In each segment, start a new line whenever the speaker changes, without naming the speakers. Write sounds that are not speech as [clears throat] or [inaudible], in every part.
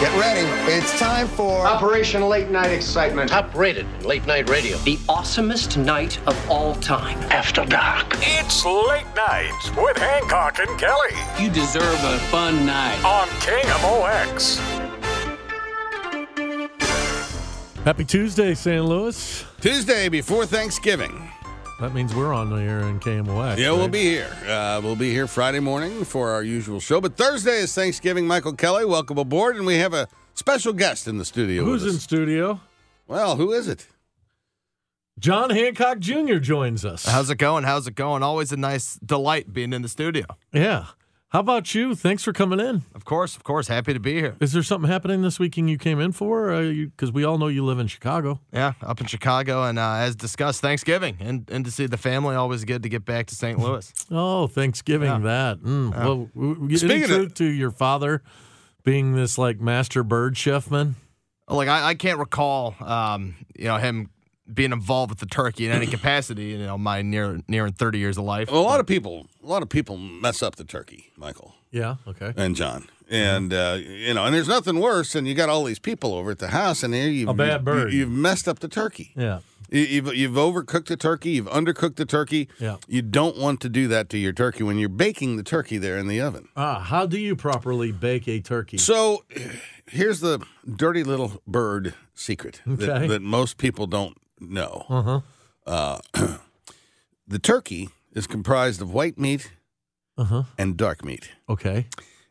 Get ready. It's time for
Operation Late Night Excitement.
Top rated late night radio.
The awesomest night of all time.
After dark.
It's late night with Hancock and Kelly
You deserve a fun night.
on King of OX.
Happy Tuesday, St. Louis.
Tuesday before Thanksgiving.
That means we're on here in KMOX.
Yeah, we'll
right?
be here. Uh, we'll be here Friday morning for our usual show. But Thursday is Thanksgiving. Michael Kelly, welcome aboard, and we have a special guest in the studio.
Who's
with
in
us.
studio?
Well, who is it?
John Hancock Jr. joins us.
How's it going? How's it going? Always a nice delight being in the studio.
yeah. How about you? Thanks for coming in.
Of course, of course. Happy to be here.
Is there something happening this weekend you came in for? Because we all know you live in Chicago.
Yeah, up in Chicago, and uh, as discussed, Thanksgiving and, and to see the family. Always good to get back to St. Louis. [laughs]
Oh, Thanksgiving, that. Mm. Well, w- w- any
Speaking of-
truth to your father being this like master bird chefman?
like I, I can't recall, um, you know, him being involved with the turkey in any capacity. You know, my near nearing thirty years of life.
Well, a lot of people, a lot of people mess up the turkey, Michael
Yeah. Okay.
and John, and uh, you know, and there's nothing worse than you got all these people over at the house, and here you've
A bad bird.
You, have messed up the turkey.
Yeah.
You- You've, you've overcooked the turkey. You've undercooked the turkey.
Yeah.
You don't want to do that to your turkey when you're baking the turkey there in the oven.
Ah, how do you properly bake a turkey?
So here's the dirty little bird secret
Okay.
that, that most people don't know.
Uh-huh.
Uh, [clears throat] the turkey is comprised of white meat
Uh huh.
and dark meat.
Okay.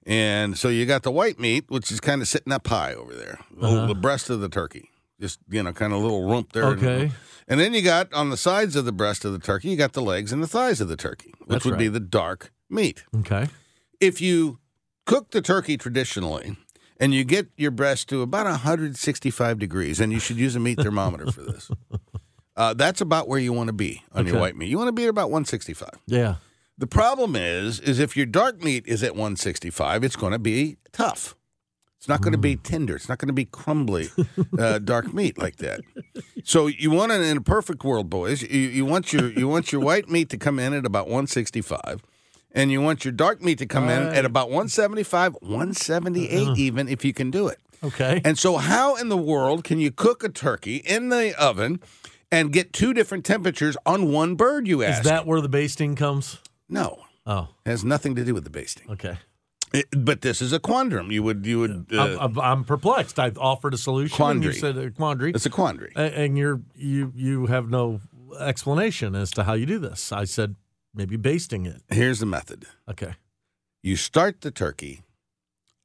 And so you got the white meat, which is kind of sitting up high over there, the-
Uh-huh.
the breast of the turkey. Just, you know, kind of little rump there.
Okay.
And then you got on the sides of the breast of the turkey, you got the legs and the thighs of the turkey, which
That's
would be
right.
the dark meat.
Okay.
if you cook the turkey traditionally and you get your breast to about 165 degrees, and you should use a meat thermometer for this, uh, that's about where you want to be on your
Okay.
white meat. You want to be at about 165.
Yeah.
The problem is, is if your dark meat is at 165, it's going to be tough. It's not going to be
Hmm.
tender. It's not going to
[laughs]
be crumbly uh, dark meat like that. So you want it in a perfect world, boys. You, you want your you want your white meat to come in at about 165, and you want your dark meat to come in at about 175,
Uh-huh.
178 even if you can do it.
Okay.
And so, how in the world can you cook a turkey in the oven and get two different temperatures on one bird? You ask.
Is that where the basting comes?
no?
Oh,
has nothing to do with the basting.
okay.
It- but this is a quandrum. You would you would uh,
I'm, I'm, I'm perplexed. I've offered a solution. and You
Quandary.
said a quandary,
it's a quandary.
a- and you're you you have no explanation as to how you do this. I said maybe basting it.
Here's the method.
Okay.
You start the turkey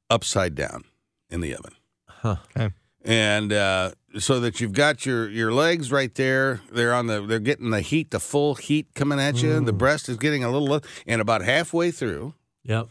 upside down in the oven.
Huh.
Okay.
And uh, so that you've got your your legs right there. They're on the they're getting the heat, the full heat coming at you. The breast is getting a little and about halfway through,
Yep.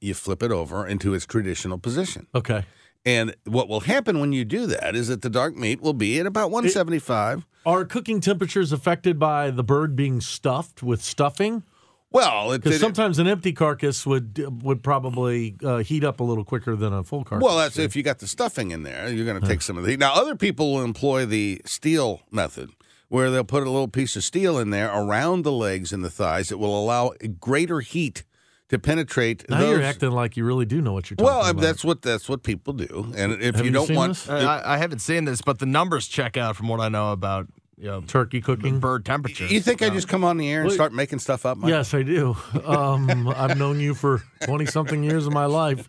you flip it over into its traditional position.
Okay.
And what will happen when you do that is that the dark meat will be at about 175.
Are cooking temperatures affected by the bird being stuffed with stuffing?
well, it,
Because
it-
sometimes an empty carcass would would probably uh, heat up a little quicker than a full carcass.
Well, that's if you got the stuffing in there, you're going to take some of the heat. Now, other people will employ the steel method, where they'll put a little piece of steel in there around the legs and the thighs. It will allow greater heat to penetrate.
now
those.
you're acting like you really do know what you're talking
well,
about.
that's what that's what people do, and if
Have
you
you
don't
seen
want,
this?
Uh, I, I haven't seen this, but the numbers check out from what I know about you know
turkey cooking.
bird temperature.
you think I just come on the air and
Well,
start making stuff up? Mike?
Yes, I do. Um, I've known you for 20 something years of my life.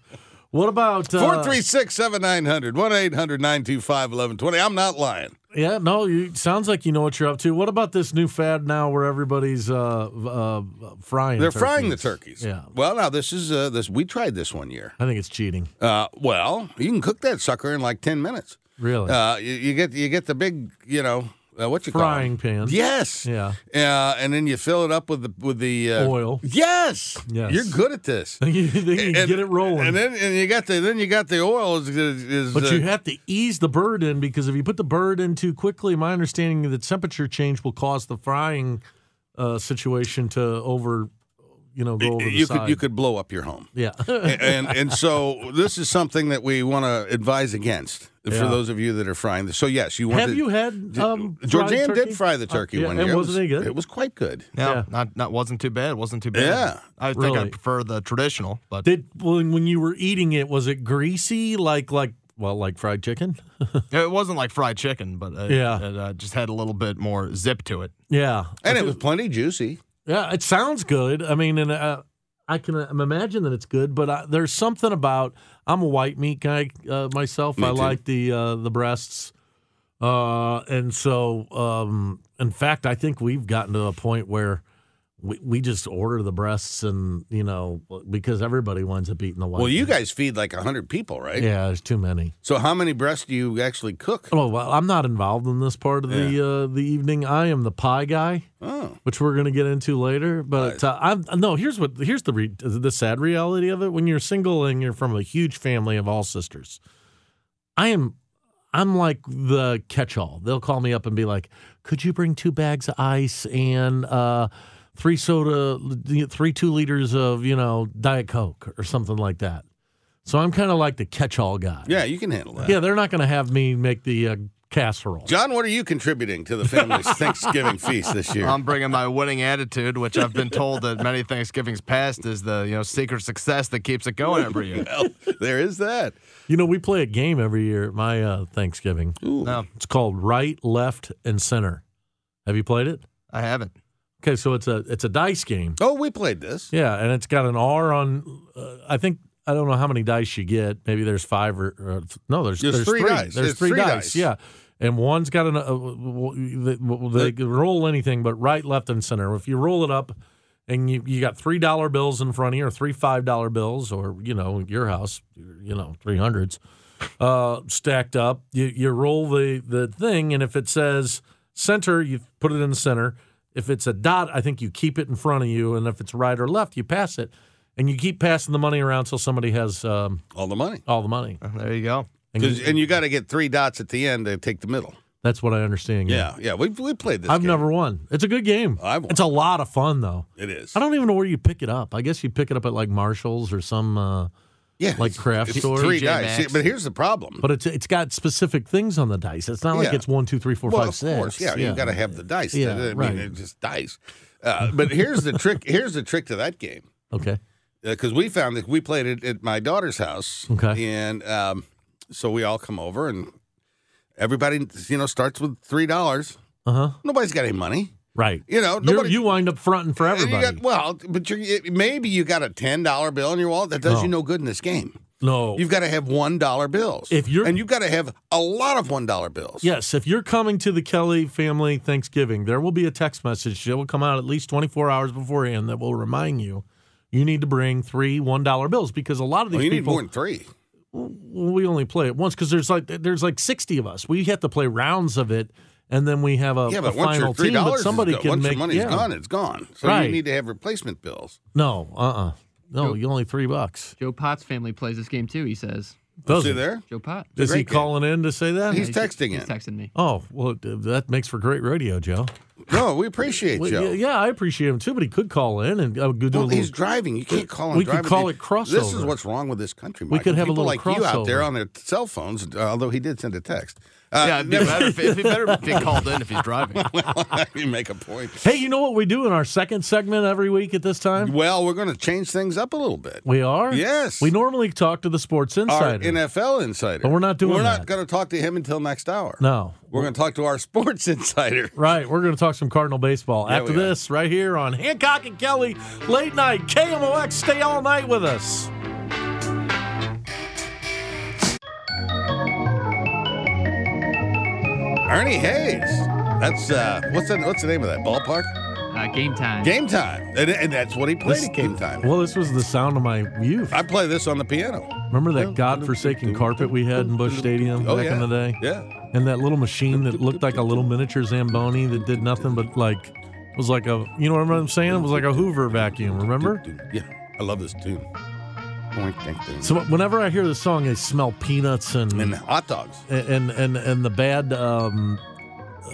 What about. Uh,
Four three six seven nine hundred one eight hundred nine two five eleven twenty. I'm not lying.
Yeah, no, you sounds like you know what you're up to. What about this new fad now where everybody's uh, uh, frying
They're frying the
turkeys?
turkeys.
Yeah.
Well, now this is uh, this. We tried this one year.
I think it's cheating.
Uh, well, you can cook that sucker in like ten minutes.
Really?
Uh, you, you get you get the big, you know, uh, what you
Frying
call 'em?
pan.
Yes.
Yeah.
Uh, and then you fill it up with the with the uh,
Oil. [laughs]
Yes.
Yes.
You're good at this.
you think [laughs] you
And-
get it rolling.
And then and you got the then you got the oil is, is
but
uh,
you have to ease the bird in because if you put the bird in too quickly, my understanding of the temperature change will cause the frying uh, situation to over, you know, go over the
you
side.
could you could blow up your home. [laughs]
yeah.
and and so this is something that we want to advise against
Yeah.
for those of you that are frying this. So yes, you want
Have
to,
you had um, fried
Georgianne
turkey?
did fry the
Uh,
turkey
yeah,
one
and
year.
wasn't
it,
it
was,
good?
it was
[laughs]
quite good.
No,
Yeah.
not not wasn't too bad. Wasn't too bad.
Yeah.
I think
Really?
I prefer the traditional, but
Did when when you were eating it, was it greasy? Like like well, like fried chicken.
It wasn't like fried chicken, but it,
Yeah.
it uh, just had a little bit more zip to it.
Yeah,
And it was plenty juicy.
Yeah, it sounds good. I mean, and uh, I can uh, imagine that it's good, but I, there's something about I'm a white meat guy uh, myself.
Me
I
too.
like the uh, the breasts, uh, and so um, in fact, I think we've gotten to a point where. We, we just order the breasts and you know because everybody wants it beating the white.
Well, you
meat.
guys feed like 100 people, right?
yeah, there's too many.
So how many breasts do you actually cook?
Oh well, I'm not involved in this part of the uh, the evening. I am the pie guy.
Oh.
which we're going to get into later. But uh, I'm no. Here's what. Here's the re- the sad reality of it. When you're single and you're from a huge family of all sisters, I am. I'm like the catch-all. They'll call me up and be like, "Could you bring two bags of ice and uh, three soda, three two liters of you know diet coke or something like that?" So I'm kind of like the catch-all guy.
Yeah, you can handle that.
Yeah, they're not going to have me make the uh, casserole.
John, what are you contributing to the
[laughs]
family's Thanksgiving feast this year?
Um,
I'm bringing my winning attitude, which I've been told that many Thanksgivings past is the you know secret success that keeps it going every year.
well, there is that.
You know, we play a game every year at my uh, Thanksgiving.
No,
It's called Right, Left, and Center. Have you played it?
I haven't.
Okay, so it's a it's a dice game.
Oh, we played this.
Yeah, and it's got an R on. Uh, I think I don't know how many dice you get. Maybe there's five or, or no, there's
There's three dice.
There's
There's
three,
three
dice.
dice.
Yeah, and one's got an. Uh, w- w- they, they can roll anything but right, left, and center. If you roll it up, and you you got three dollar bills in front of you, or three five dollar bills, or you know your house, you know three hundreds uh, stacked up. You, you roll the, the thing, and if it says center, you put it in the center. If it's a dot, I think you keep it in front of you, and if it's right or left, you pass it, and you keep passing the money around till somebody has um,
All the money.
all the money.
There you go.
'Cause- And you got to get three dots at the end to take the middle.
That's what I understand.
Yeah, yeah. We we played this.
I've
game.
never won. It's a good game.
I've won.
It's a lot of fun though.
It is.
I don't even know where you pick it up. I guess you pick it up at like Marshalls or some, uh,
yeah,
like
it's-
craft
it's
store.
Three
TJ
dice.
Maxx.
But here's the problem.
but it's it's got specific things on the dice. It's not like
Yeah.
it's one, two, three, four,
well,
five,
of
six.
course, yeah, you got to have the dice.
Yeah,
I mean,
right.
it's just dice. Uh, but here's the trick. Here's the trick to that game.
Okay.
because Uh, we found that we played it at my daughter's house.
Okay.
And um, so we all come over and everybody, you know, starts with three dollars.
Uh huh.
Nobody's got any money.
Right.
You know,
You're-
nobody.
you wind up fronting for
and you
everybody.
got, well, but you're, it- maybe you got a ten dollar bill in your wallet. That does
No.
you no good in this game.
no.
You've got to have one dollar bills.
If you're-
and you've got to have a lot of one dollar bills.
yes, if you're coming to the Kelly family Thanksgiving, there will be a text message that will come out at least 24 hours beforehand that will remind you you need to bring three one dollar bills because a lot of these
Well, Oh, you need
people
more than three.
well, we only play it once because there's like there's like 60 of us. We have to play rounds of it, and then we have a,
Yeah,
a
but once
final
your three
team. But
dollars
somebody
is go-
can
once
make
your money's
yeah.
gone, it's gone. So
Right.
you need to have replacement bills.
No, uh, uh no, you only three bucks.
Joe Potts' family plays this game too. He says,
Does
See there?
"Joe Potts."
Is he
great game.
calling in to say that?
He's texting
He's
in.
texting me.
oh well, that makes for great radio, Joe.
No, we appreciate
Well,
Joe.
yeah, yeah, I appreciate him too, but he could call in and uh, go do a
Well,
little.
he's driving. You can't call him.
We could
driving.
call it
This is
crossover.
what's wrong with this country.
We
Michael.
could have a little
People like you out there
crossover.
on their cell phones. uh, Although he did send a text. Uh,
yeah, it'd be better
[laughs]
if, it'd be better if he called in if he's driving.
you make a point.
Hey, you know what we do in our second segment every week at this time?
Well, we're going to change things up a little bit.
We are?
Yes.
We normally talk to the sports
Our
insider.
NFL insider.
But we're not doing
We're
that.
not going to talk to him until next hour.
no.
We're going to talk to our [laughs] sports insider.
Right. We're going to talk some Cardinal baseball
Yeah,
after
we are.
this, right here on Hancock and Kelly Late Night KMOX. Stay all night with us.
Ernie Hayes. That's uh, what's the, what's the name of that ballpark?
Uh, game time.
Game time, and, and that's what he played
This-
at game time.
Well, this was the sound of my youth.
I play this on the piano.
Remember that godforsaken carpet we had in Bush Stadium
Oh
back
yeah,
in the day?
yeah.
and that little machine that looked like a little miniature Zamboni that did nothing but like was like a you know what I'm saying? It was like a Hoover vacuum, remember?
Yeah, I love this tune. Boink, dink, dink.
So whenever I hear the song, I smell peanuts and
And
and
hot dogs.
and and, the bad um, uh,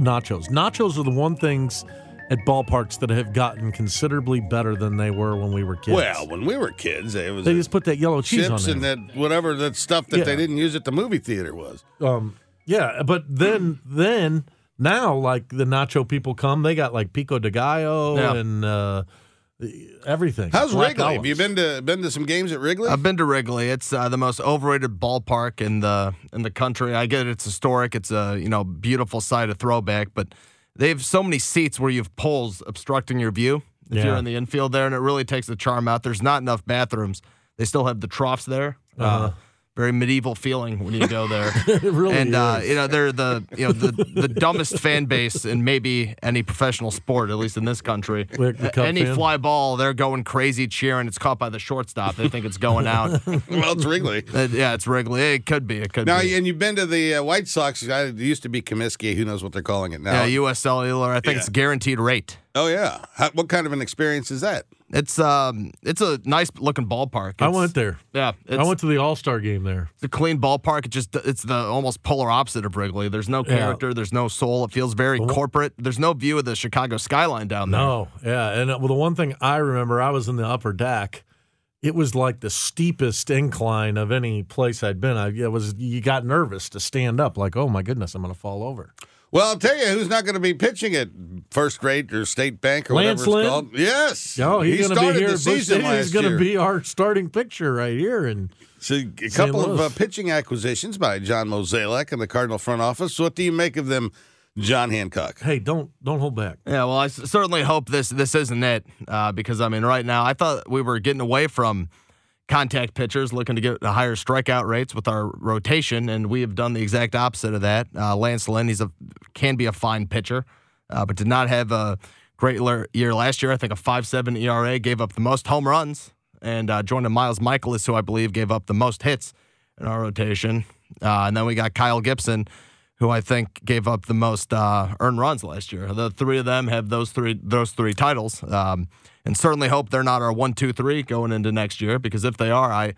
nachos. Nachos are the one things at ballparks that have gotten considerably better than they were when we were kids.
Well, when we were kids, it was
they just put that yellow cheese on
chips
there.
and that whatever that stuff that
Yeah.
they didn't use at the movie theater was.
um, yeah, but then then now like the nacho people come, they got like pico de gallo
Yeah.
and uh, everything.
How's
Black
Wrigley? Have you
olives.
been to been to some games
[laughs]
at Wrigley?
I've been to Wrigley. It's uh, the most overrated ballpark in the in the country. I get it. It's historic. It's a you know beautiful site, a throwback. But they have so many seats where you have poles obstructing your view if
Yeah.
you're in the infield there, and it really takes the charm out. There's not enough bathrooms. They still have the troughs there. uh very medieval feeling when you go there.
Uh-huh. [laughs] It really
and uh,
is.
you know they're the you know the, the dumbest fan base in maybe any professional sport, at least in this country.
Like the
A-
Cub
any
fan?
fly ball, they're going crazy cheering. It's caught by the shortstop. They think it's going
[laughs]
out. Uh,
[laughs] well, it's Wrigley.
yeah, it's Wrigley. It could be. It could
Now,
be.
and you've been to the uh, White Sox. I it used to be Comiskey. Who knows what they're calling it now?
yeah, U.S. Cellular. I think it's guaranteed rate.
oh yeah. How, what kind of an experience is that?
It's um, it's a nice looking ballpark.
I
It's-
went there.
Yeah, it's
I went to the All Star game there.
the clean ballpark. It just it's the almost polar opposite of Wrigley. There's no
Yeah.
character. There's no soul. It feels very corporate. There's no view of the Chicago skyline down there.
No, yeah, and uh, well, the one thing I remember, I was in the upper deck. It was like the steepest incline of any place I'd been. I it was you got nervous to stand up, like, oh my goodness, I'm going to fall over.
Well, I'll tell you who's not going to be pitching at First Rate or State Bank or
Lance
whatever
Lynn?
it's called. Yes.
Oh, he's
he
going to
started
be here.
the
Bush [laughs]
season
Stadium is
last
going to
year.
be our starting pitcher right here, and
So a couple of
Louis.
uh, pitching acquisitions by John Mozeliak and the Cardinal front office. What do you make of them, John Hancock?
hey, don't don't hold back.
Yeah, well, I s- certainly hope this this isn't it uh, because I mean, right now I thought we were getting away from contact pitchers looking to get the higher strikeout rates with our rotation, and we have done the exact opposite of that. Uh, Lance Lynn, he's a can be a fine pitcher, uh, but did not have a great le- year last year. I think a five seven ERA gave up the most home runs, and uh, joined Miles Michaelis, who I believe gave up the most hits in our rotation, uh, and then we got Kyle Gibson who I think gave up the most uh, earned runs last year. The three of them have those three those three titles, um, and certainly hope they're not our one, two, three going into next year. Because if they are, I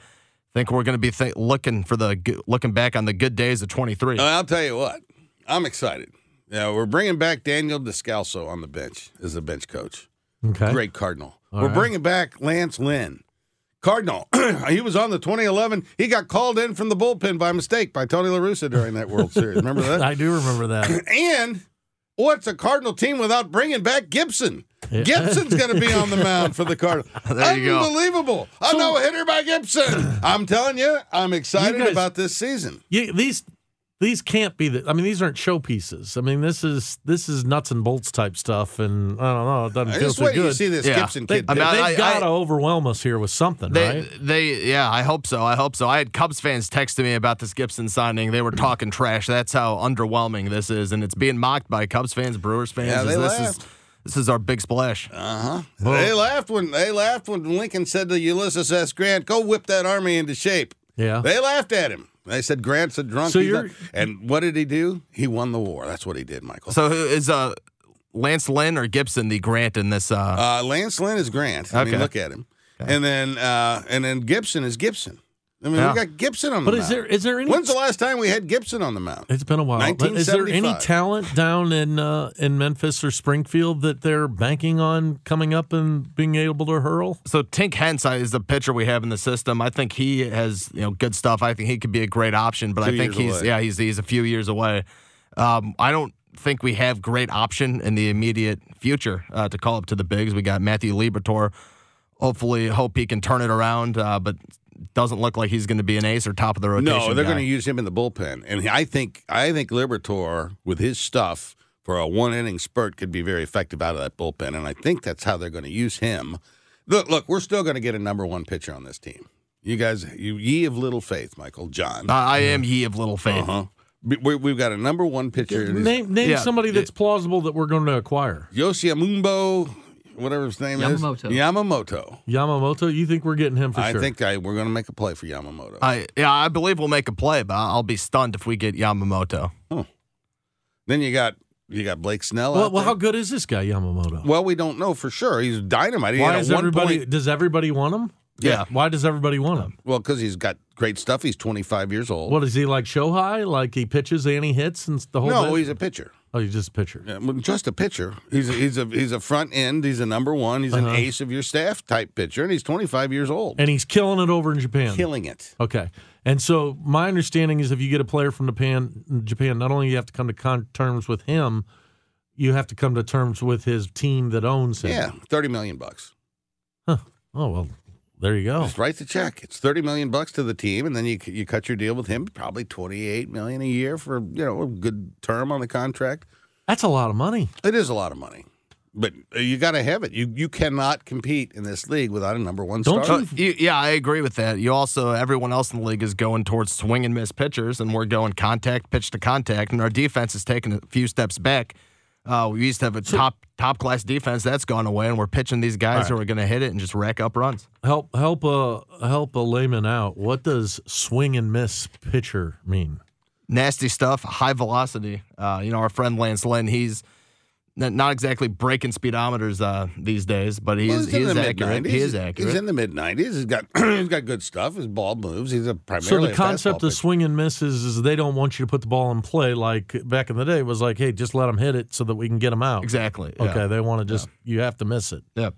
think we're going to be th- looking for the g- looking back on the good days of 23.
Uh, I'll tell you what, I'm excited. Yeah, we're bringing back Daniel Descalso on the bench as the bench coach.
Okay,
Great Cardinal.
All
we're
right.
bringing back Lance Lynn. Cardinal, [clears throat] he was on the 2011. He got called in from the bullpen by mistake by Tony La Russa during that World Series. Remember that?
I do remember
[clears throat]
that.
And what's a Cardinal team without bringing back Gibson? Gibson's going to be on the mound for
[laughs]
the Cardinal.
There you go.
Unbelievable. I
So-
know a hitter
[clears throat]
by Gibson. I'm telling you, I'm excited
guys-
about this season.
you, these these can't be the. I mean, these aren't showpieces. I mean, this is this is nuts and bolts type stuff, and I don't know. It doesn't
I
feel
just
so
wait till you
good.
see this
Yeah.
Gibson
They,
kid.
I mean, I-
have got
I-
to overwhelm us here with something,
They,
right?
they, yeah, I hope so. I hope so. I had Cubs fans texting me about this Gibson signing. They were talking trash. That's how underwhelming this is, and it's being mocked by Cubs fans, Brewers fans.
Yeah, they
this
laughed.
is this is our big splash.
They laughed when they laughed when Lincoln said to Ulysses S. Grant, "Go whip that army into shape."
Yeah.
They laughed at him. They said Grant's a drunk.
So
he's
you're-
not- and what did he do? He won the war. That's what he did, Michael.
So who is uh Lance Lynn or Gibson the Grant in this? Uh,
uh, Lance Lynn is Grant. I mean,
Okay.
look at him. And then uh, and then Gibson is Gibson. I mean,
Yeah.
we got Gibson on the
but
mound.
is there is there any?
When's the last time we had Gibson on the mound?
It's been a while. But Is there any
1975.
talent down in uh, in Memphis or Springfield that they're banking on coming up and being able to hurl?
so Tink Hens uh, is the pitcher we have in the system. I think he has you know good stuff. I think he could be a great option, but
Two
I think
years
he's
away.
yeah he's he's a few years away. Um, I don't think we have great option in the immediate future uh, to call up to the bigs. We got Matthew Libertor. Hopefully, hope he can turn it around, uh, but doesn't look like he's going to be an ace or top of the rotation.
No, they're
guy.
going to use him in the bullpen, and I think I think Libertor with his stuff for a one inning spurt could be very effective out of that bullpen, and I think that's how they're going to use him. Look, look, we're still going to get a number one pitcher on this team. You guys, you ye of little faith, Michael John.
I I am ye of little faith.
Uh-huh. We- We, we've got a number one pitcher.
Name name
Yeah.
somebody that's plausible that we're going to acquire.
Yosiamumbo, whatever his name
Yamamoto.
is, Yamamoto.
Yamamoto, you think we're getting him for
I
sure?
think I, we're going to make a play for Yamamoto.
I yeah, I believe we'll make a play, but I'll be stunned if we get Yamamoto.
then you got you got Blake Snell.
Well,
out
well,
there.
how good is this guy Yamamoto?
Well, we don't know for sure. He's dynamite. He
Why
had a
is
one
everybody?
point-
Does everybody want him?
Yeah.
Why does everybody want him?
Well, because he's got great stuff. He's 25 years old.
What is he like? Shohei? Like he pitches and he hits and the whole.
no,
bit?
he's a pitcher.
oh, he's just a pitcher.
Yeah, well, Just a pitcher. He's a, he's a he's a front end. He's a number one. He's an ace of your staff type pitcher, and he's 25 years old,
Uh-huh. and Oh, he's killing it over in Japan.
killing it.
Okay. And so my understanding is if you get a player from Japan, Japan, not only you have to come to con- terms with him, you have to come to terms with his team that owns him.
Yeah, 30 million bucks.
Oh well, there you go.
Just write the check. It's thirty million bucks to the team, and then you you cut your deal with him. Probably twenty eight million a year for you know a good term on the contract.
That's a lot of money.
It is a lot of money, but you got to have it. You you cannot compete in this league without a number one
Don't
starter.
you-
You- yeah, I agree with that. You also, everyone else in the league is going towards swing and miss pitchers, and we're going contact pitch to contact, and our defense is taking a few steps back. Uh, we used to have a top top class defense that's gone away, and we're pitching these guys who are going to hit it and just rack up runs.
Help help a help a layman out. What does swing and miss pitcher mean?
nasty stuff, high velocity. Uh, you know, our friend Lance Lynn, he's n- not exactly breaking speedometers uh, these days, but he
Well,
is,
he's
he
in
is
the
accurate.
mid-nineties.
He is
He's
accurate.
in the mid nineties. He's got [clears throat] he's got good stuff. His ball moves. He's a primarily
So
a
the
fastball
concept
pitcher.
of swing and miss is, is they don't want you to put the ball in play like back in the day was like, hey, just let them hit it so that we can get them out.
Exactly. yeah.
Okay, they want to just you have to miss it,
Yeah.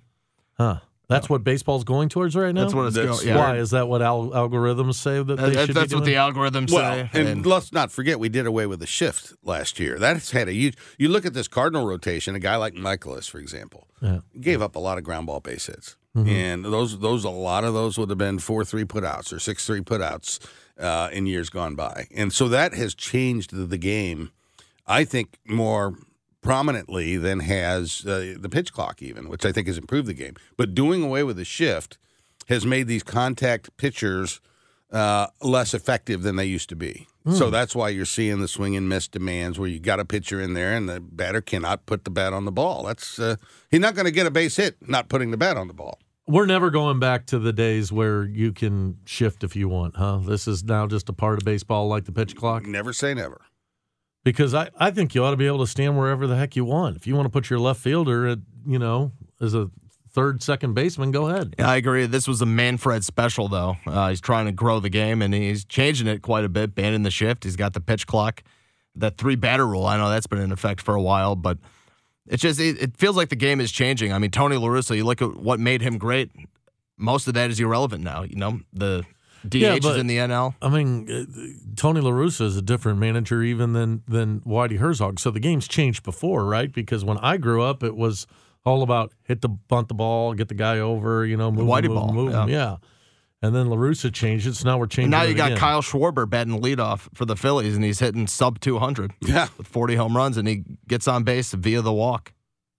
huh? That's what baseball's going towards right now.
That's what it's
That's
going. Yeah.
Why is that? What al- algorithms say that
That-
they
that-
should
that's
be
what the
doing?
algorithms say.
Well, and, let's not forget we did away with the shift last year. That's had a huge. You look at this Cardinal rotation. A guy like Michaelis, for example,
Yeah.
gave up a lot of ground ball base hits, and those those a lot of those would have been four three putouts or six three putouts uh, in years gone by, and so that has changed the, the game. I think more prominently than has uh, the pitch clock, even, which I think has improved the game. But doing away with the shift has made these contact pitchers uh, less effective than they used to be. So that's why you're seeing the swing and miss demands where you got a pitcher in there and the batter cannot put the bat on the ball. That's uh, he's not going to get a base hit not putting the bat on the ball.
We're never going back to the days where you can shift if you want, huh? This is now just a part of baseball, like the pitch clock.
Never say never. [laughs]
Because I, I think you ought to be able to stand wherever the heck you want. If you want to put your left fielder at, you know, as a third, second baseman, go ahead.
Yeah, I agree. This was a Manfred special, though. Uh, he's trying to grow the game, and he's changing it quite a bit, banning the shift. He's got the pitch clock, that three batter rule. I know that's been in effect for a while, but it's just it, it feels like the game is changing. I mean, Tony La Russa, you look at what made him great. Most of that is irrelevant now. You know, the DH
Yeah,
is
but-
in the NL.
I mean, uh, Tony La Russa is a different manager even than than Whitey Herzog. So the game's changed before, right? Because when I grew up, it was all about hit the bunt the ball, get the guy over, you know, move,
Whitey
him, move,
ball,
him, move him, yeah. And then La Russa changed it, so now we're changing.
And now
it
you got
again.
Kyle Schwarber batting leadoff for the Phillies, and he's hitting sub 200
Yeah.
with 40 home runs, and he gets on base via the walk.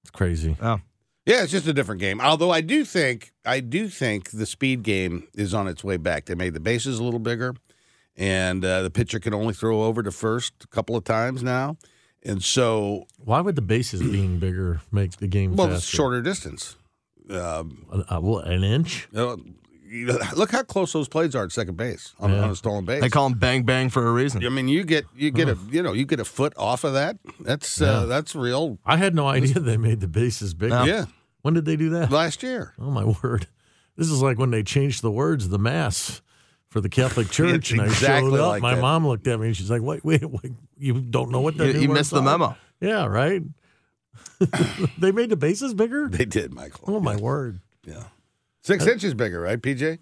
It's crazy.
Oh.
Yeah, it's just a different game. Although I do think I do think the speed game is on its way back. They made the bases a little bigger, and uh, the pitcher can only throw over to first a couple of times now, and so
Why would the bases being bigger make the game
well, it's
faster?
shorter distance. Um,
An, uh, well, an inch.
uh, [laughs] look how close those plays are at second base on,
Yeah.
on a stolen base.
They call him Bang Bang for a reason.
I mean, you get you get a you know you get a foot off of that. That's uh, that's real.
I had no idea they made the bases bigger.
Yeah,
When did they do that?
last year. [laughs]
Oh my [laughs] word! This is like when they changed the words of the mass for the
[laughs]
Catholic Church, and I
exactly
showed up.
like
my
that.
mom looked at me, and she's like, "Wait, wait, wait! You don't know what the
You-
new
you
words
missed the
are?"
memo.
Yeah,
[laughs]
right. they made the bases bigger.
They did, Michael.
Oh
[laughs]
my word!
Yeah, six inches bigger, right, PJ?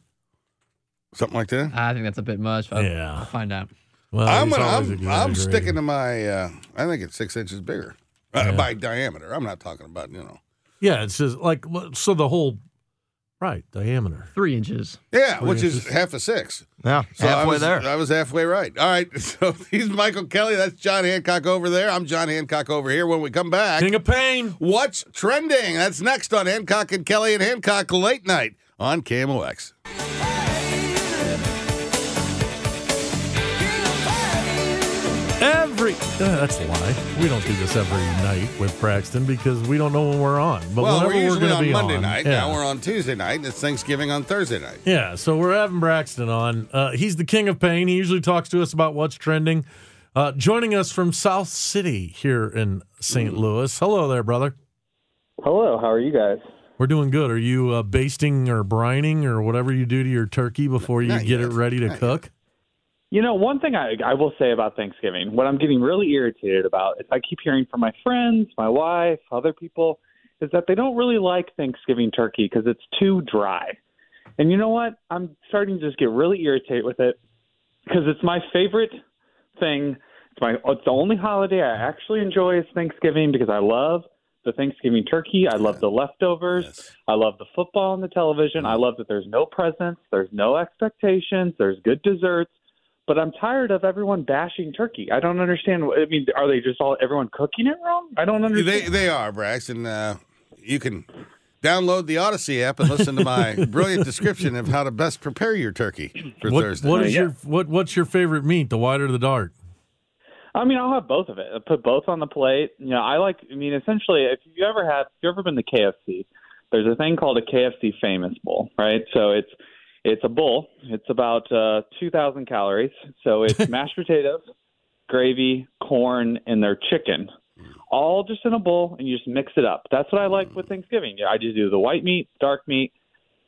Something like that.
I think that's a bit much. But
Yeah.
I'll find out.
Well,
Uh, I'm
Uh, he's
gonna,
always a
I'm,
good
I'm
integrator.
sticking to my. Uh, I think it's six inches bigger uh, by diameter. I'm not talking about you know.
Yeah, it's just like so the whole right diameter.
Three inches.
Yeah,
Three
which is
inches.
half a six.
Yeah,
So I
halfway
was,
there.
I was halfway right. All right. [laughs] So he's Michael Kelly. That's John Hancock over there. I'm John Hancock over here. When we come back,
King of pain.
What's trending? That's next on Hancock and Kelly and Hancock Late Night on KMOX.
Every uh, that's a lie. We don't do this every night with Braxton because we don't know when we're on. But
well,
whenever
we're usually
going to
on
be
Monday
on,
night.
yeah.
Now we're on Tuesday night, and it's Thanksgiving on Thursday night.
Yeah, so we're having Braxton on. Uh, he's the king of pain. He usually talks to us about what's trending. Uh, joining us from South City here in St.
Hmm.
Louis. Hello there, brother.
Hello, how are you guys?
We're doing good. Are you uh, basting or brining or whatever you do to your turkey before you
Not
get
yet.
it ready to
Not
cook?
You know, one thing I, I will say about Thanksgiving, what I'm getting really irritated about is I keep hearing from my friends, my wife, other people, is that they don't really like Thanksgiving turkey because it's too dry. And you know what? I'm starting to just get really irritated with it because it's my favorite thing. It's my it's the only holiday I actually enjoy is Thanksgiving because I love the Thanksgiving turkey. I love the leftovers.
Yes. Mm-hmm.
I love the football on the television. I love that there's no presents, there's no expectations, there's good desserts. But I'm tired of everyone bashing turkey. I don't understand. what- I mean, are they just all everyone cooking it wrong? I don't
They
understand.
they are Braxton. Uh, you can download the Odyssey app and listen
[laughs]
to my brilliant description of how to best prepare your turkey for
What,
Thursday.
what is
Yeah.
your what what's your favorite meat? The white or the dark?
I mean, I'll have both of it. I put both on the plate. You know, I like. I mean, essentially, if you ever have, if you ever been to KFC, there's a thing called a KFC Famous Bowl, right? So it's it's a bowl. It's about uh, 2,000 calories. So it's mashed potatoes, gravy, corn, and their chicken, all just in a bowl, and you just mix it up. That's what I like with Thanksgiving. Yeah, I just do the white meat, dark meat,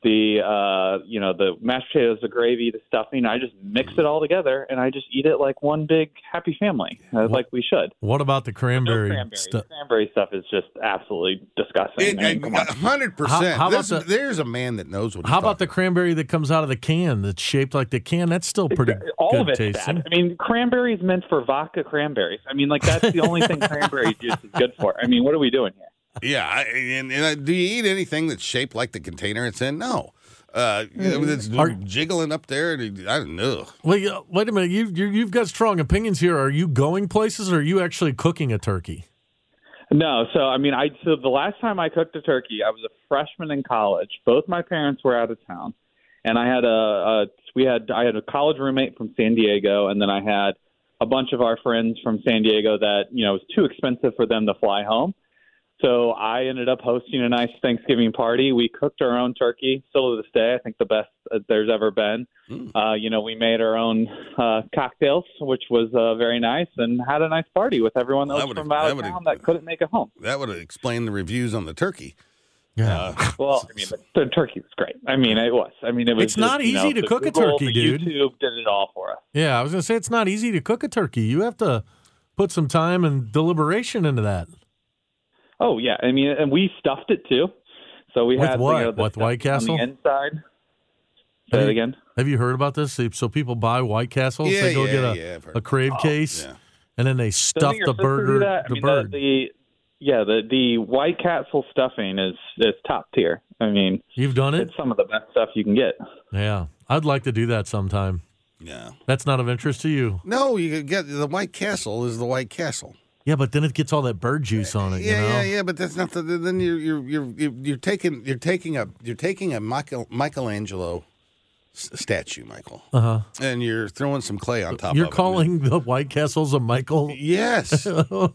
the uh, you know the mashed potatoes, the gravy, the stuffing. I just mix it all together, and I just eat it like one big happy family, uh, like we should.
What about the
No
cranberry,
cranberry.
stuff?
cranberry stuff is just absolutely disgusting. I
It-
mean,
uh,
come
a
on.
hundred
How- how
percent.
about
There's,
the-
there's a man that knows what.
How about the cranberry that comes out of the can that's shaped like the can? That's still pretty
all
good
of it's
tasting.
bad. I mean, cranberry is meant for vodka cranberries. I mean, like that's the
[laughs]
only thing cranberry juice is good for. I mean, what are we doing here?
the? Yeah, I, and, and I, do you eat anything that's shaped like the container it's in? No. Uh, you know, it's
Hmm. Are-
jiggling up there. and I don't know.
Wait, uh, wait a minute. You, you you've got strong opinions here. Are you going places or are you actually cooking a turkey?
No, so I mean, I so the last time I cooked a turkey, I was a freshman in college. Both my parents were out of town, and I had a, a we had I had a college roommate from San Diego, and then I had a bunch of our friends from San Diego that you know it was too expensive for them to fly home. So I ended up hosting a nice Thanksgiving party. We cooked our own turkey, still to this day, I think the best uh, there's ever been.
Hmm.
Uh, you know, we made our own uh, cocktails, which was uh, very nice, and had a nice party with everyone that
Well, that
was
would've-
from out
that
of
would've-
town that couldn't make it home.
That would explain the reviews on the turkey.
Yeah.
Well, I mean, but the turkey was great. I mean, it was. I mean, it was.
It's not
just, you know,
easy to
the
cook a
Google,
turkey,
the
dude.
YouTube did it all for us.
yeah, I was gonna say it's not easy to cook a turkey. You have to put some time and deliberation into that.
Oh yeah, I mean, and we stuffed it too. So we
With
had
what?
You know, the
With White
stuffing
Castle?
on the inside. Say
Have
it
you-
again.
Have you heard about this? So people buy White Castles,
Yeah,
they go
yeah,
get a,
yeah, I've heard
a crave case,
yeah.
and then they stuff
Doesn't your
the
sister do
burger,
that? I
the
mean,
bird.
The, yeah, the the White Castle stuffing is is top tier. I mean,
You've done it?
it's some of the best stuff you can get.
Yeah, I'd like to do that sometime.
Yeah.
That's not of interest to you.
No, you could get the White Castle is the White Castle.
Yeah, but then it gets all that bird juice on it.
Yeah,
you know?
yeah, yeah. But that's not the. Then you're you're you're you're, you're taking you're taking a you're taking a Michael, Michelangelo s- statue, Michael, uh-huh. and you're throwing some clay on top.
You're
of it.
calling the White Castles a Michael, [laughs]
Yes,
a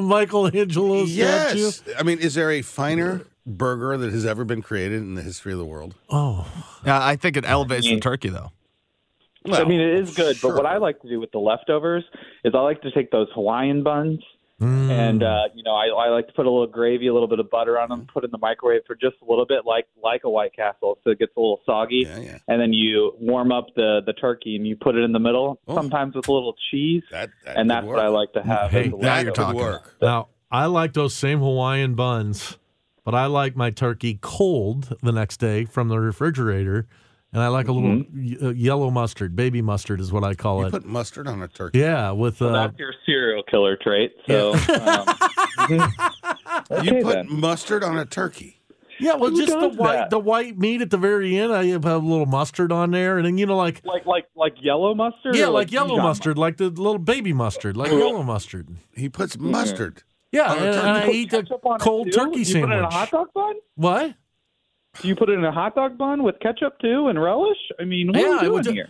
Michelangelo statue?
yes. I mean, is there a finer burger that has ever been created in the history of the world?
Oh,
Yeah, I think it elevates the turkey though.
Well,
I mean, it is good,
sure.
but what I like to do with the leftovers is I like to take those Hawaiian buns, and uh, you know, I, I like to put a little gravy, a little bit of butter on them, put it in the microwave for just a little bit, like like a White Castle, so it gets a little soggy.
Yeah, yeah.
And then you warm up the the turkey and you put it in the middle,
Oh.
sometimes with a little cheese,
That- that
and
could
that's what I
work.
like to have.
Hey,
as a
now you're
leftover.
Good
talking.
work.
now I like those same Hawaiian buns, but I like my turkey cold the next day from the refrigerator, and I like a little
Mm-hmm.
y- uh, yellow mustard, baby mustard is what I call
You
it.
put mustard on a turkey.
yeah, with uh,
That's your serial killer trait. So, um, [laughs]
you
okay
put
then.
mustard on a turkey.
Yeah, well,
Who
just the
does
white
that?
the white meat at the very end. I have a little mustard on there, and then you know, like
like like like yellow mustard.
yeah,
or
like yellow
Dijon
mustard, like the little baby mustard, like yellow mustard.
He puts mustard.
Yeah,
Oh,
and, and I
mustard?
eat the
Ketchup on it
cold
too?
turkey
You put it in a
sandwich.
hot dog bun?
What?
Do you put it in a hot dog bun with ketchup too and relish? I mean, what
Yeah, I
are we
would
doing
do-
here?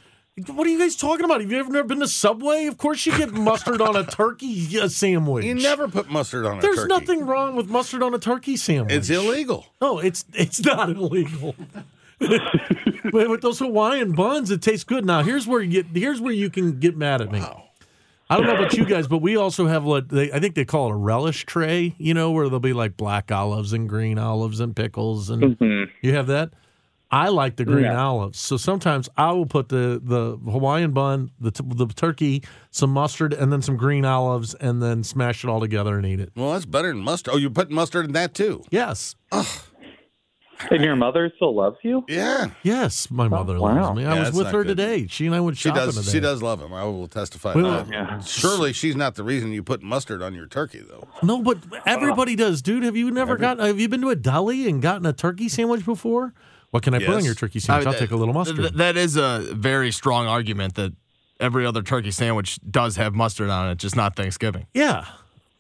What are you guys talking about? Have you ever been to Subway? Of course, you get mustard on a turkey uh, sandwich.
You never put mustard on a
There's
turkey.
nothing wrong with mustard on a turkey sandwich.
It's illegal.
No, it's it's not illegal. [laughs] but with those Hawaiian buns, it tastes good. Now here's where you get here's where you can get mad at me. I don't know about you guys, but we also have what they I think they call it a relish tray, you know, where there'll be like black olives and green olives and pickles and you have that. I like the green olives. So sometimes I will put the, the Hawaiian bun, the, t- the turkey, some mustard, and then some green olives, and then smash it all together and eat it.
Well, that's better than mustard. Oh, you put mustard in that too.
Yes.
And your mother still loves you?
Yeah,
Yes, my mother
Oh, wow.
loves me. I
Yeah,
was
that's
with
not
her
good.
today. She and I went
she
shopping
does.
today.
She does love him. I will testify.
We
to
were-
that.
Yeah.
Surely she's not the reason you put mustard on your turkey, though.
No, but everybody does, dude. Have you never gotten? Have you been to a deli and gotten a turkey sandwich before? What can I put on
Yes.
your turkey sandwich?
I-
I'll take a little mustard.
Th- that is a very strong argument that every other turkey sandwich does have mustard on it, just not Thanksgiving.
yeah.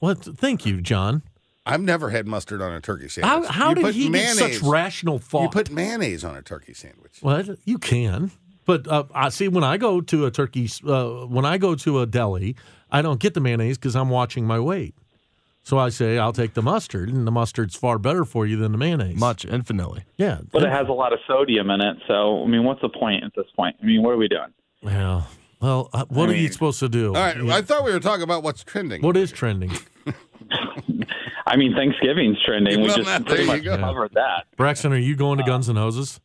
What? Thank you, John.
I've never had mustard on a turkey
How,
sandwich.
how
You
did
put
he get
mayonnaise-
such Oh, rational thought?
You put mayonnaise on a turkey sandwich.
What you can, but uh, I see when I go to a turkey, uh, when I go to a deli, I don't get the mayonnaise because I'm watching my weight. So I say I'll take the mustard, and the mustard's far better for you than the mayonnaise.
Much, infinitely.
yeah.
But it has a lot of sodium in it. So, I mean, what's the point at this point? I mean, what are we doing?
yeah. Well, uh, what are you
mean-
supposed to do?
All right, I thought we were talking about what's trending.
What is trending?
I mean, Thanksgiving's trending. We
Well,
just
Matt, there
pretty
you
much
go.
covered that.
Braxton, are you
Uh,
going to Guns N' Hoses?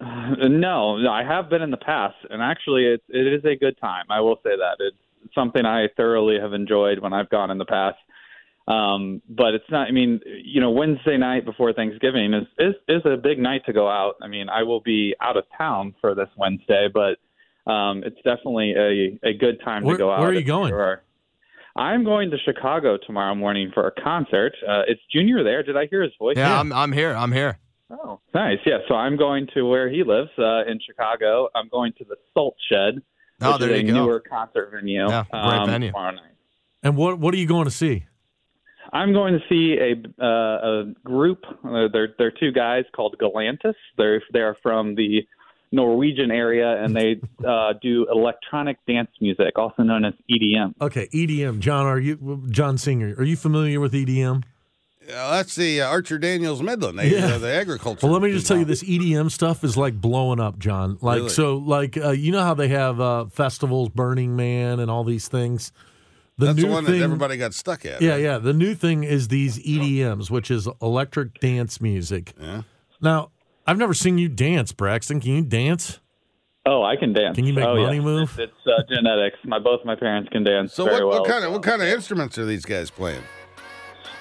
[sighs] No, no, I have been in the past, and actually, it, it is a good time. I will say that it's something I thoroughly have enjoyed when I've gone in the past. Um, but it's not. I mean, you know, Wednesday night before Thanksgiving is, is is a big night to go out. I mean, I will be out of town for this Wednesday, but um, it's definitely a a good time
Where-
to go
where
out.
are you
if
going?
there are- I'm going to Chicago tomorrow morning for a concert. Uh, it's Junior there. Did I hear his voice?
Yeah, I'm, I'm here. I'm here.
Oh, nice. Yeah. So I'm going to where he lives uh, in Chicago. I'm going to the Salt Shed,
Oh,
which
there
is a
you go.
newer concert venue.
Yeah, great
um,
venue.
Tomorrow night.
And what what are you going to see?
I'm going to see a uh, a group. Uh, they're they're two guys called Galantis. They're they're from the Norwegian area,
[laughs]
and they uh, do electronic dance music, also known as E EDM.
Okay, EDM. John, are you John Singer? Are you familiar with E EDM?
Uh, that's the uh, Archer Daniels Midland, they,
Yeah.
uh, the agriculture.
Well, let me just tell you, this EDM stuff is like blowing up, John. Like
Really?
so, like uh, you know how they have uh, festivals, Burning Man, and all these things. The
That's
new
the one
thing,
that everybody got stuck at.
Yeah, yeah. The new thing is these EDMs, which is electric dance music. Now, I've never seen you dance, Braxton. Can you dance?
Oh, I can dance.
Can you make
oh, yeah.
money move?
It's uh, genetics. My both my parents can dance.
So
very
what,
well,
what kind of
so.
what kind of instruments are these guys playing?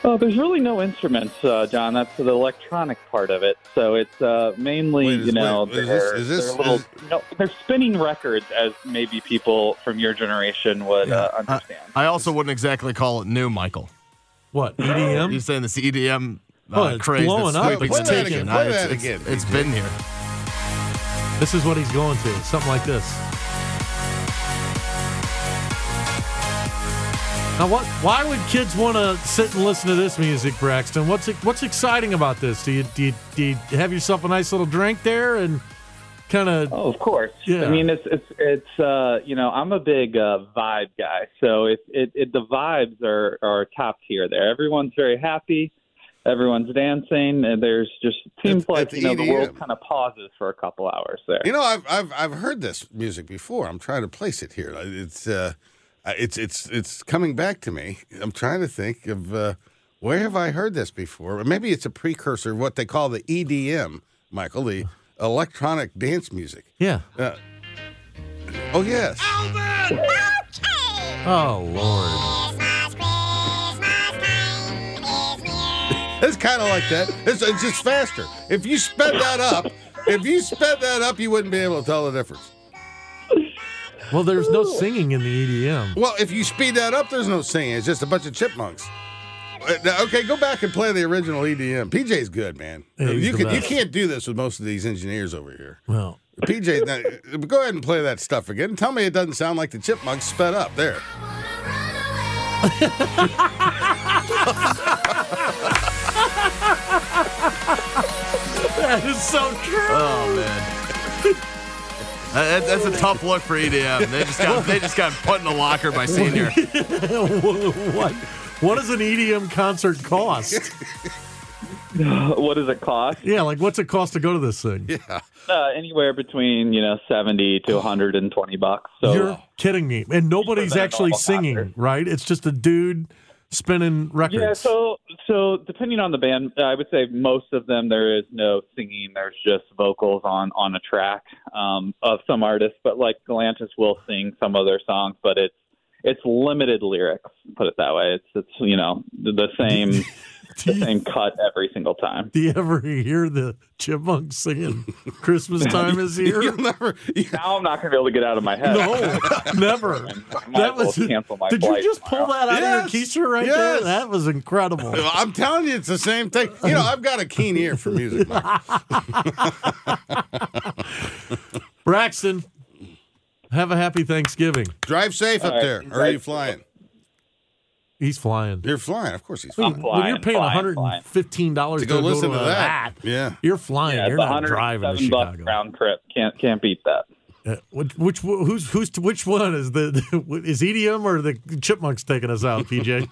Oh, there's really no instruments, uh, John. That's the electronic part of it. So it's uh, mainly,
Wait, is-
you know,
wait, is
they're,
this- is this-
they're little.
is-
no, they're spinning records, as maybe people from your generation would uh, understand.
I also wouldn't exactly call it new, Michael.
What E
You're
EDM?
saying this EDM uh,
Well, it's
craze
blowing
that's
up.
sweeping
Play
the
that
nation.
again.
Uh,
Play
it's-
that
it's-
again.
it's been here.
this is what he's going to. Something like this. Now, what? Why would kids want to sit and listen to this music, Braxton? What's what's exciting about this? Do you do you, do you have yourself a nice little drink there and kind of?
Oh, of course.
Yeah.
I mean, it's it's it's uh, you know, I'm a big uh, vibe guy, so it, it it the vibes are are top tier there. Everyone's very happy, everyone's dancing, and there's just seems
It's-
like
it's
you know the world
EDM.
kind of pauses for a couple hours there.
E You know, I've I've I've heard this music before. I'm trying to place it here. It's uh, it's it's it's coming back to me. I'm trying to think of uh, where have I heard this before? Maybe it's a precursor of what they call the EDM, Michael, the electronic dance music.
Yeah.
Uh, oh yes,
Oh Lord.
it's kind of like that. It's, it's just faster. If you sped that up, if you sped that up, you wouldn't be able to tell the difference.
Well, there's no singing in the E EDM.
Well, if you speed that up, there's no singing. It's just a bunch of chipmunks. Uh, now, Okay, go back and play the original E EDM. PJ's good, man.
Yeah, he's
you,
the
can, you
best.
can't do this with most of these engineers over here.
Well,
PJ, now, [laughs] go ahead and play that stuff again. Tell me it doesn't sound like the chipmunks sped up. There. [laughs]
that is so true. [laughs]
Oh man. Uh, That- that- that's a tough look for EDM. They just got they just got put in the locker
[laughs]
by senior.
what? What does an EDM concert cost?
[laughs] What does it cost?
Yeah, like what's it cost to go to this thing?
Uh, anywhere between you know seventy to one hundred and twenty bucks. So
You're kidding me. And nobody's
that
actually
normal
singing,
concert.
right? It's just a dude spinning records.
yeah, so so depending on the band, I would say most of them there is no singing. There's just vocals on on a track um, of some artists, but like Galantis will sing some of their songs, but it's it's limited lyrics. Put it that way. It's it's you know the same
[laughs] Do [laughs]
the
you,
same cut every single time.
do you ever hear the chipmunks singing "Christmas
[laughs]
time is here"?
You'll never.
Now I'm not going to be able to get out of my head.
No, never.
[laughs] I might
That
as well
was.
cancel my
Did you
flight
just pull
tomorrow.
that out
Yes,
of your keister right
yes.
there? That was incredible.
[laughs] I'm telling you, it's the same thing. You know, I've got a keen ear for music. Mike.
Braxton, have a happy Thanksgiving.
Drive safe up
right.
there. Or are you flying?
He's flying.
You're flying. Of course he's
When-
flying.
when you're
flying,
paying
flying, flying.
$115
To go listen
to,
to
a-
that. Yeah.
You're flying.
Yeah,
you're
it's
not driving to
107 bucks
Chicago.
round trip. Can't can't beat that.
Uh, which which who's who's which one is the is EDM or the Chipmunks taking us out, PJ?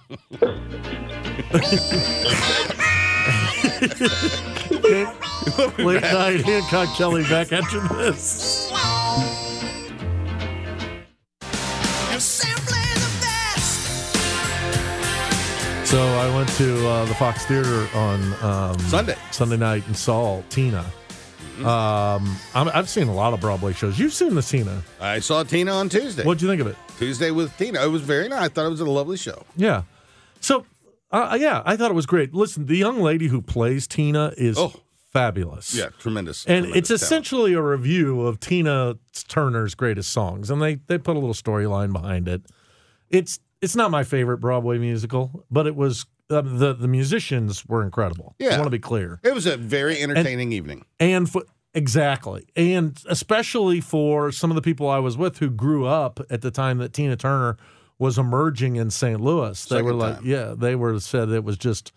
[laughs] Late night Hancock Kelly back at you this. So I went to uh, the Fox Theater on um,
Sunday.
Sunday night and saw Tina. Um, I'm, I've seen a lot of Broadway shows. You've seen the Tina.
I saw Tina on Tuesday.
What'd you think of it?
Tuesday with Tina. It was very nice. I thought it was a lovely show.
Yeah. So, uh, yeah, I thought it was great. Listen, the young lady who plays Tina is
Oh.
fabulous.
Yeah, tremendous.
And
tremendous
it's
talent.
essentially a review of Tina Turner's greatest songs, and they they put a little storyline behind it. It's it's not my favorite Broadway musical, but it was uh, the the musicians were incredible. I
Yeah.
want to be clear,
It was a very entertaining evening.
and for exactly, and especially for some of the people I was with who grew up at the time that Tina Turner was emerging in St. Louis. They were
Second
like,
time.
yeah, they were said it was just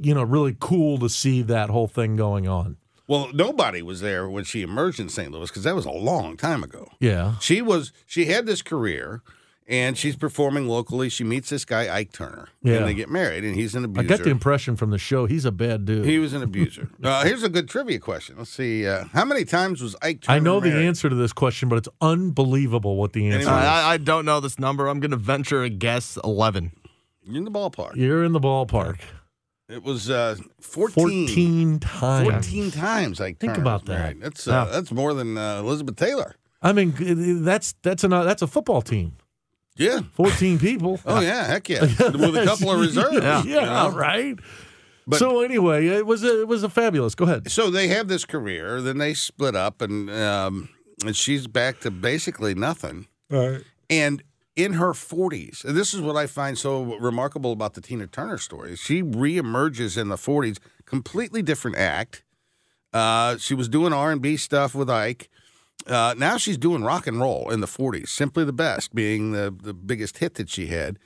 you know really cool to see that whole thing going on.
Well, nobody was there when she emerged in St. Louis because that was a long time ago.
Yeah.
She was she had this career and she's performing locally. She meets this guy Ike Turner
Yeah.
and they get married and he's an
I
abuser.
got the impression from the show he's a bad dude.
he was an
[laughs]
abuser. uh, here's a good trivia question. Let's see. Uh, how many times was Ike Turner
I know the
married?
answer to this question, but it's unbelievable what the answer
Anyway.
is.
I, I don't know this number. I'm going to venture a guess 11.
You're in the ballpark.
You're in the ballpark.
It was uh, 14.
14 times.
14 times Ike
Think
Turner
about
was married.
that.
That's uh,
Yeah.
that's more than uh, Elizabeth Taylor.
I mean, g- that's that's an, that's a football team.
Yeah.
14 people.
Oh yeah, heck
[laughs]
yeah. [laughs] With a couple of reserves.
yeah,
you know?
right?
But-
so anyway, it was a, it was a fabulous. Go ahead.
so they have this career, then they split up, and um, and she's back to basically nothing. And in her forties, this is what I find so remarkable about the Tina Turner story. She reemerges in the forties, completely different act. Uh, she was doing R and B stuff with Ike. Uh, now she's doing rock and roll in the forties. Simply the best being the the biggest hit that she had,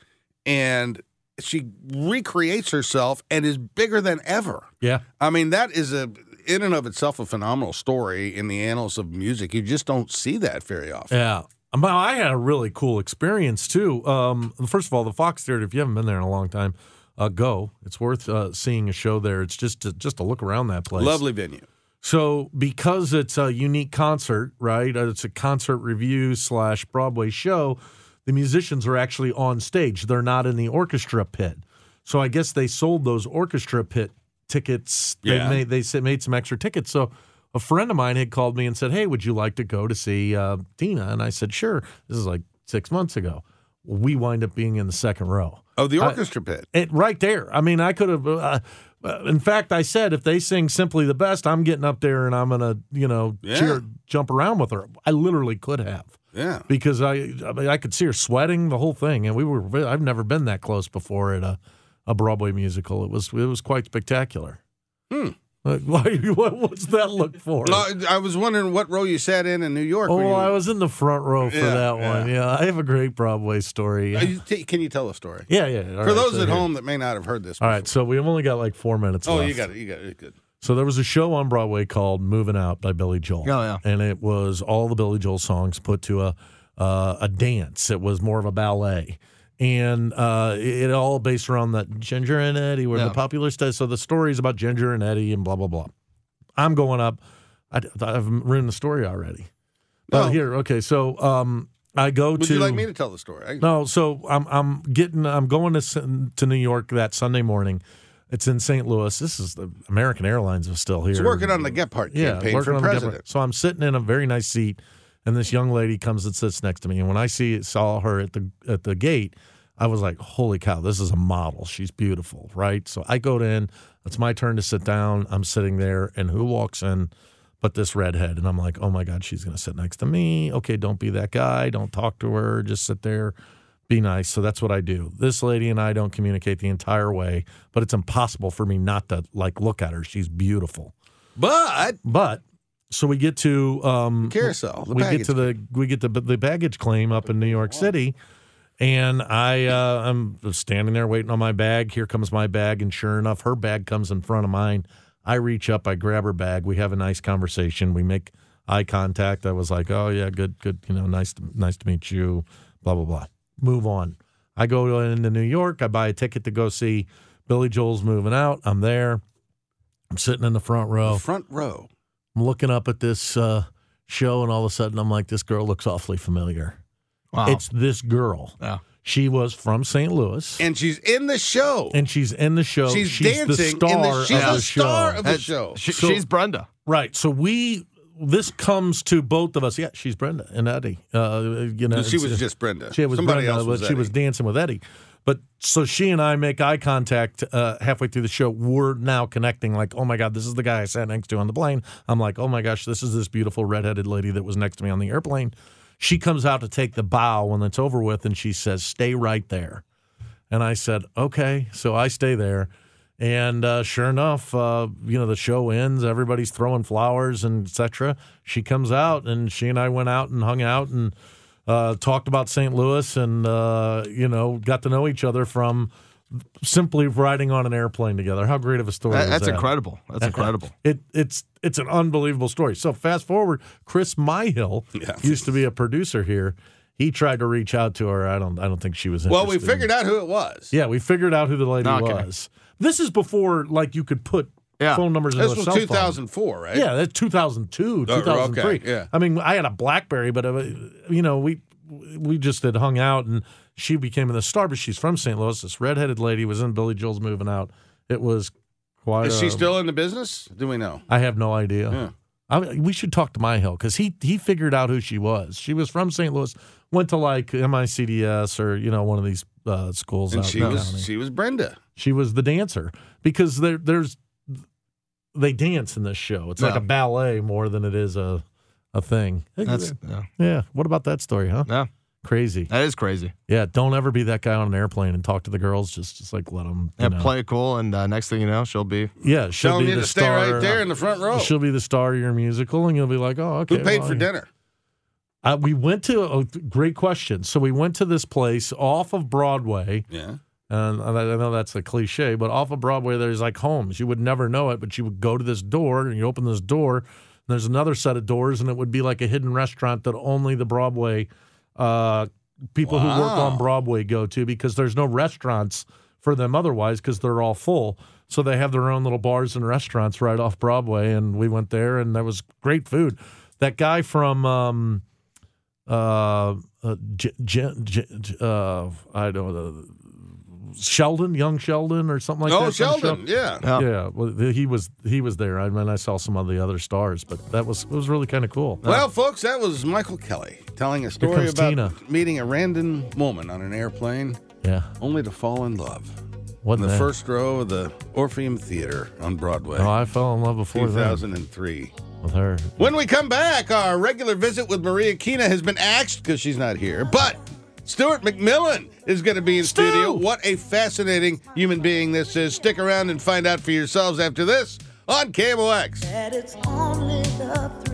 and she recreates herself and is bigger than ever.
Yeah.
I mean, that is a in and of itself a phenomenal story in the annals of music. You just don't see that very often.
Yeah. Um, I had a really cool experience too. Um, first of all, the Fox Theater. If you haven't been there in a long time, uh, go. It's worth uh, seeing a show there. It's just to, just to look around that place.
Lovely venue.
So, because it's a unique concert, right? uh, It's a concert review slash Broadway show. The musicians are actually on stage; they're not in the orchestra pit. So, I guess they sold those orchestra pit tickets. They
Yeah.
made they sa- made some extra tickets. So, a friend of mine had called me and said, "Hey, would you like to go to see uh, Tina?" And I said, "Sure." This is like six months ago. We wind up being in the second row
Oh, the orchestra pit.
it right there. I mean, I could have. Uh, uh, in fact, I said if they sing simply the best, I'm getting up there and I'm gonna, you know,
Yeah.
cheer, jump around with her. I literally could have
Yeah.
because I, I, mean, I could see her sweating the whole thing, and we were. I've never been that close before at a, a Broadway musical. It was it was quite spectacular.
Hmm.
Like, [laughs] why? What was that look for?
No, I was wondering what row you sat in in New York. when
Oh,
you-
I was in the front row for
Yeah,
that
yeah.
one. Yeah, I have a great Broadway story.
Uh,
Yeah,
you t- can you tell a story
yeah. yeah. All
for
right,
those
so
at
here-
home that may not have heard this?
All right, so we've only got like four minutes
before. Oh,
left.
you got it. You got it. Good.
So there was a show on Broadway called "Moving Out" by Billy Joel.
Oh, yeah.
and it was all the Billy Joel songs put to a uh, a dance. It was more of a ballet, and uh, it it all based around that Ginger and Eddie were the
Yeah.
popular stars. So the story is about Ginger and Eddie and blah blah blah. I'm going up. I, I've ruined the story already.
No.
Oh, here, okay. So um, I go
Would
to.
you like me to tell the story? I-
No, so I'm I'm getting I'm going to S- to New York that Sunday morning. It's in St. Louis. This is the American Airlines is still here.
It's working on the Gephardt
yeah,
campaign
working
for
on the Gephardt.
president.
So I'm sitting in a very nice seat and this young lady comes and sits next to me. And when I see saw her at the at the gate, I was like, "Holy cow, this is a model. She's beautiful, right?" So I go in. It's my turn to sit down. I'm sitting there, and who walks in? But this redhead, and I'm like, "Oh my god, she's gonna sit next to me." Okay, don't be that guy. Don't talk to her. Just sit there. Be nice. So that's what I do. This lady and I don't communicate the entire way, but it's impossible for me not to like look at her. She's beautiful.
But
But so we get to um,
carousel. The
we get to the we get to the baggage claim up in New York City, and I uh, I'm standing there waiting on my bag. Here comes my bag, and sure enough, her bag comes in front of mine. I reach up, I grab her bag. We have a nice conversation. We make eye contact. I was like, oh yeah, good, good, you know, nice, to, nice to meet you. Blah blah blah. Move on. I go into New York. I buy a ticket to go see Billy Joel's Moving Out. I'm there. I'm sitting in the front row.
front row.
I'm looking up at this uh, show, and all of a sudden, I'm like, this girl looks awfully familiar.
Wow.
It's this girl.
Yeah.
She was from St. Louis,
And she's in the show.
and she's in the show.
she's,
the
dancing.
star
in the, she's
of the,
the star
show.
of the
That's-
show.
she-
So-
she's Brenda.
right. So we. This comes to both of us. Yeah, she's Brenda and Eddie. Uh, you know,
No, she
it's-
was just Brenda.
She was
Somebody
Brenda,
else was
but she was
Eddie.
dancing with Eddie. But so she and I make eye contact uh, halfway through the show. We're now connecting. Like, oh my god, this is the guy I sat next to on the plane. I'm like, oh my gosh, this is this beautiful redheaded lady that was next to me on the airplane. She comes out to take the bow when it's over with, and she says, "Stay right there." And I said, okay. So I stay there. And uh, sure enough, uh, you know, the show ends, everybody's throwing flowers and et cetera. She comes out and she and I went out and hung out and uh, talked about St. Louis and, uh, you know, got to know each other from simply riding on an airplane together. How great of a story
That-
is
that's
that?
incredible. That's incredible.
It, it's it's an unbelievable story. So fast forward, Chris Myhill used to be a producer here. He tried to reach out to her. I don't I don't think she was.
Well, we
interested.
figured out who it was.
Yeah, we figured out who the lady
Okay.
was. This is before like you could put
Yeah.
phone numbers in
This
a
was
cell phone.
2004, right?
Yeah, that's 2002,
Oh, okay,
2003.
yeah.
I mean, I had a BlackBerry, but uh, you know, we we just had hung out, and she became the star. But she's from St. Louis. This redheaded lady was in Billy Joel's moving out. It was quite.
Is she
a-
still in the business? Do we know?
I have no idea.
Yeah.
I mean, we should talk to my hill because he he figured out who she was. She was from St. Louis, went to like MICDS or you know one of these uh, schools.
And
out
she
in the
was
county.
she was Brenda.
She was the dancer because there there's they dance in this show. It's like
Yeah.
a ballet more than it is a a thing.
That's yeah.
yeah. What about that story, huh?
Yeah.
Crazy.
That is crazy.
Yeah. Don't ever be that guy on an airplane and talk to the girls. Just just like let them
Yeah, play it cool, and uh, next thing you know, she'll be.
Yeah. She'll
Tell
be
me
the
to stay
star.
right there in the front row.
She'll be the star of your musical, and you'll be like, "Oh, okay."
Who paid
well,
for
yeah.
dinner?
Uh, we went to oh, th- great question. So we went to this place off of Broadway,
Yeah.
and I I know that's a cliche, but off of Broadway, there's like homes. You would never know it, but you would go to this door and you open this door, and there's another set of doors, and it would be like a hidden restaurant that only the Broadway uh, people who work on
Wow.
Broadway go to because there's no restaurants for them otherwise because they're all full. So they have their own little bars and restaurants right off Broadway, and we went there, and that was great food. That guy from. Um, uh, uh, J- J- J- J- uh, I don't know, Sheldon, young Sheldon, or something like that.
oh,
from the show?
Sheldon. Yeah.
Yeah.
Yeah, well, th- he was he was there. I mean, I saw some of the other stars, but that was it was really kind of cool.
Well, folks, that was Michael Kelly telling a story
comes
about
Tina.
meeting a random woman on an airplane
yeah,
only to fall in love in
wasn't
the
that-
first row of the Orpheum Theater on Broadway.
Oh, I fell in love before then
2003.
with her.
When we come back, our regular visit with Maria Keena has been axed because she's not here. But Stuart McMillan is going to be in studio. What a fascinating human being this is. Stick around and find out for yourselves after this on KMOX.
that it's only the thrill.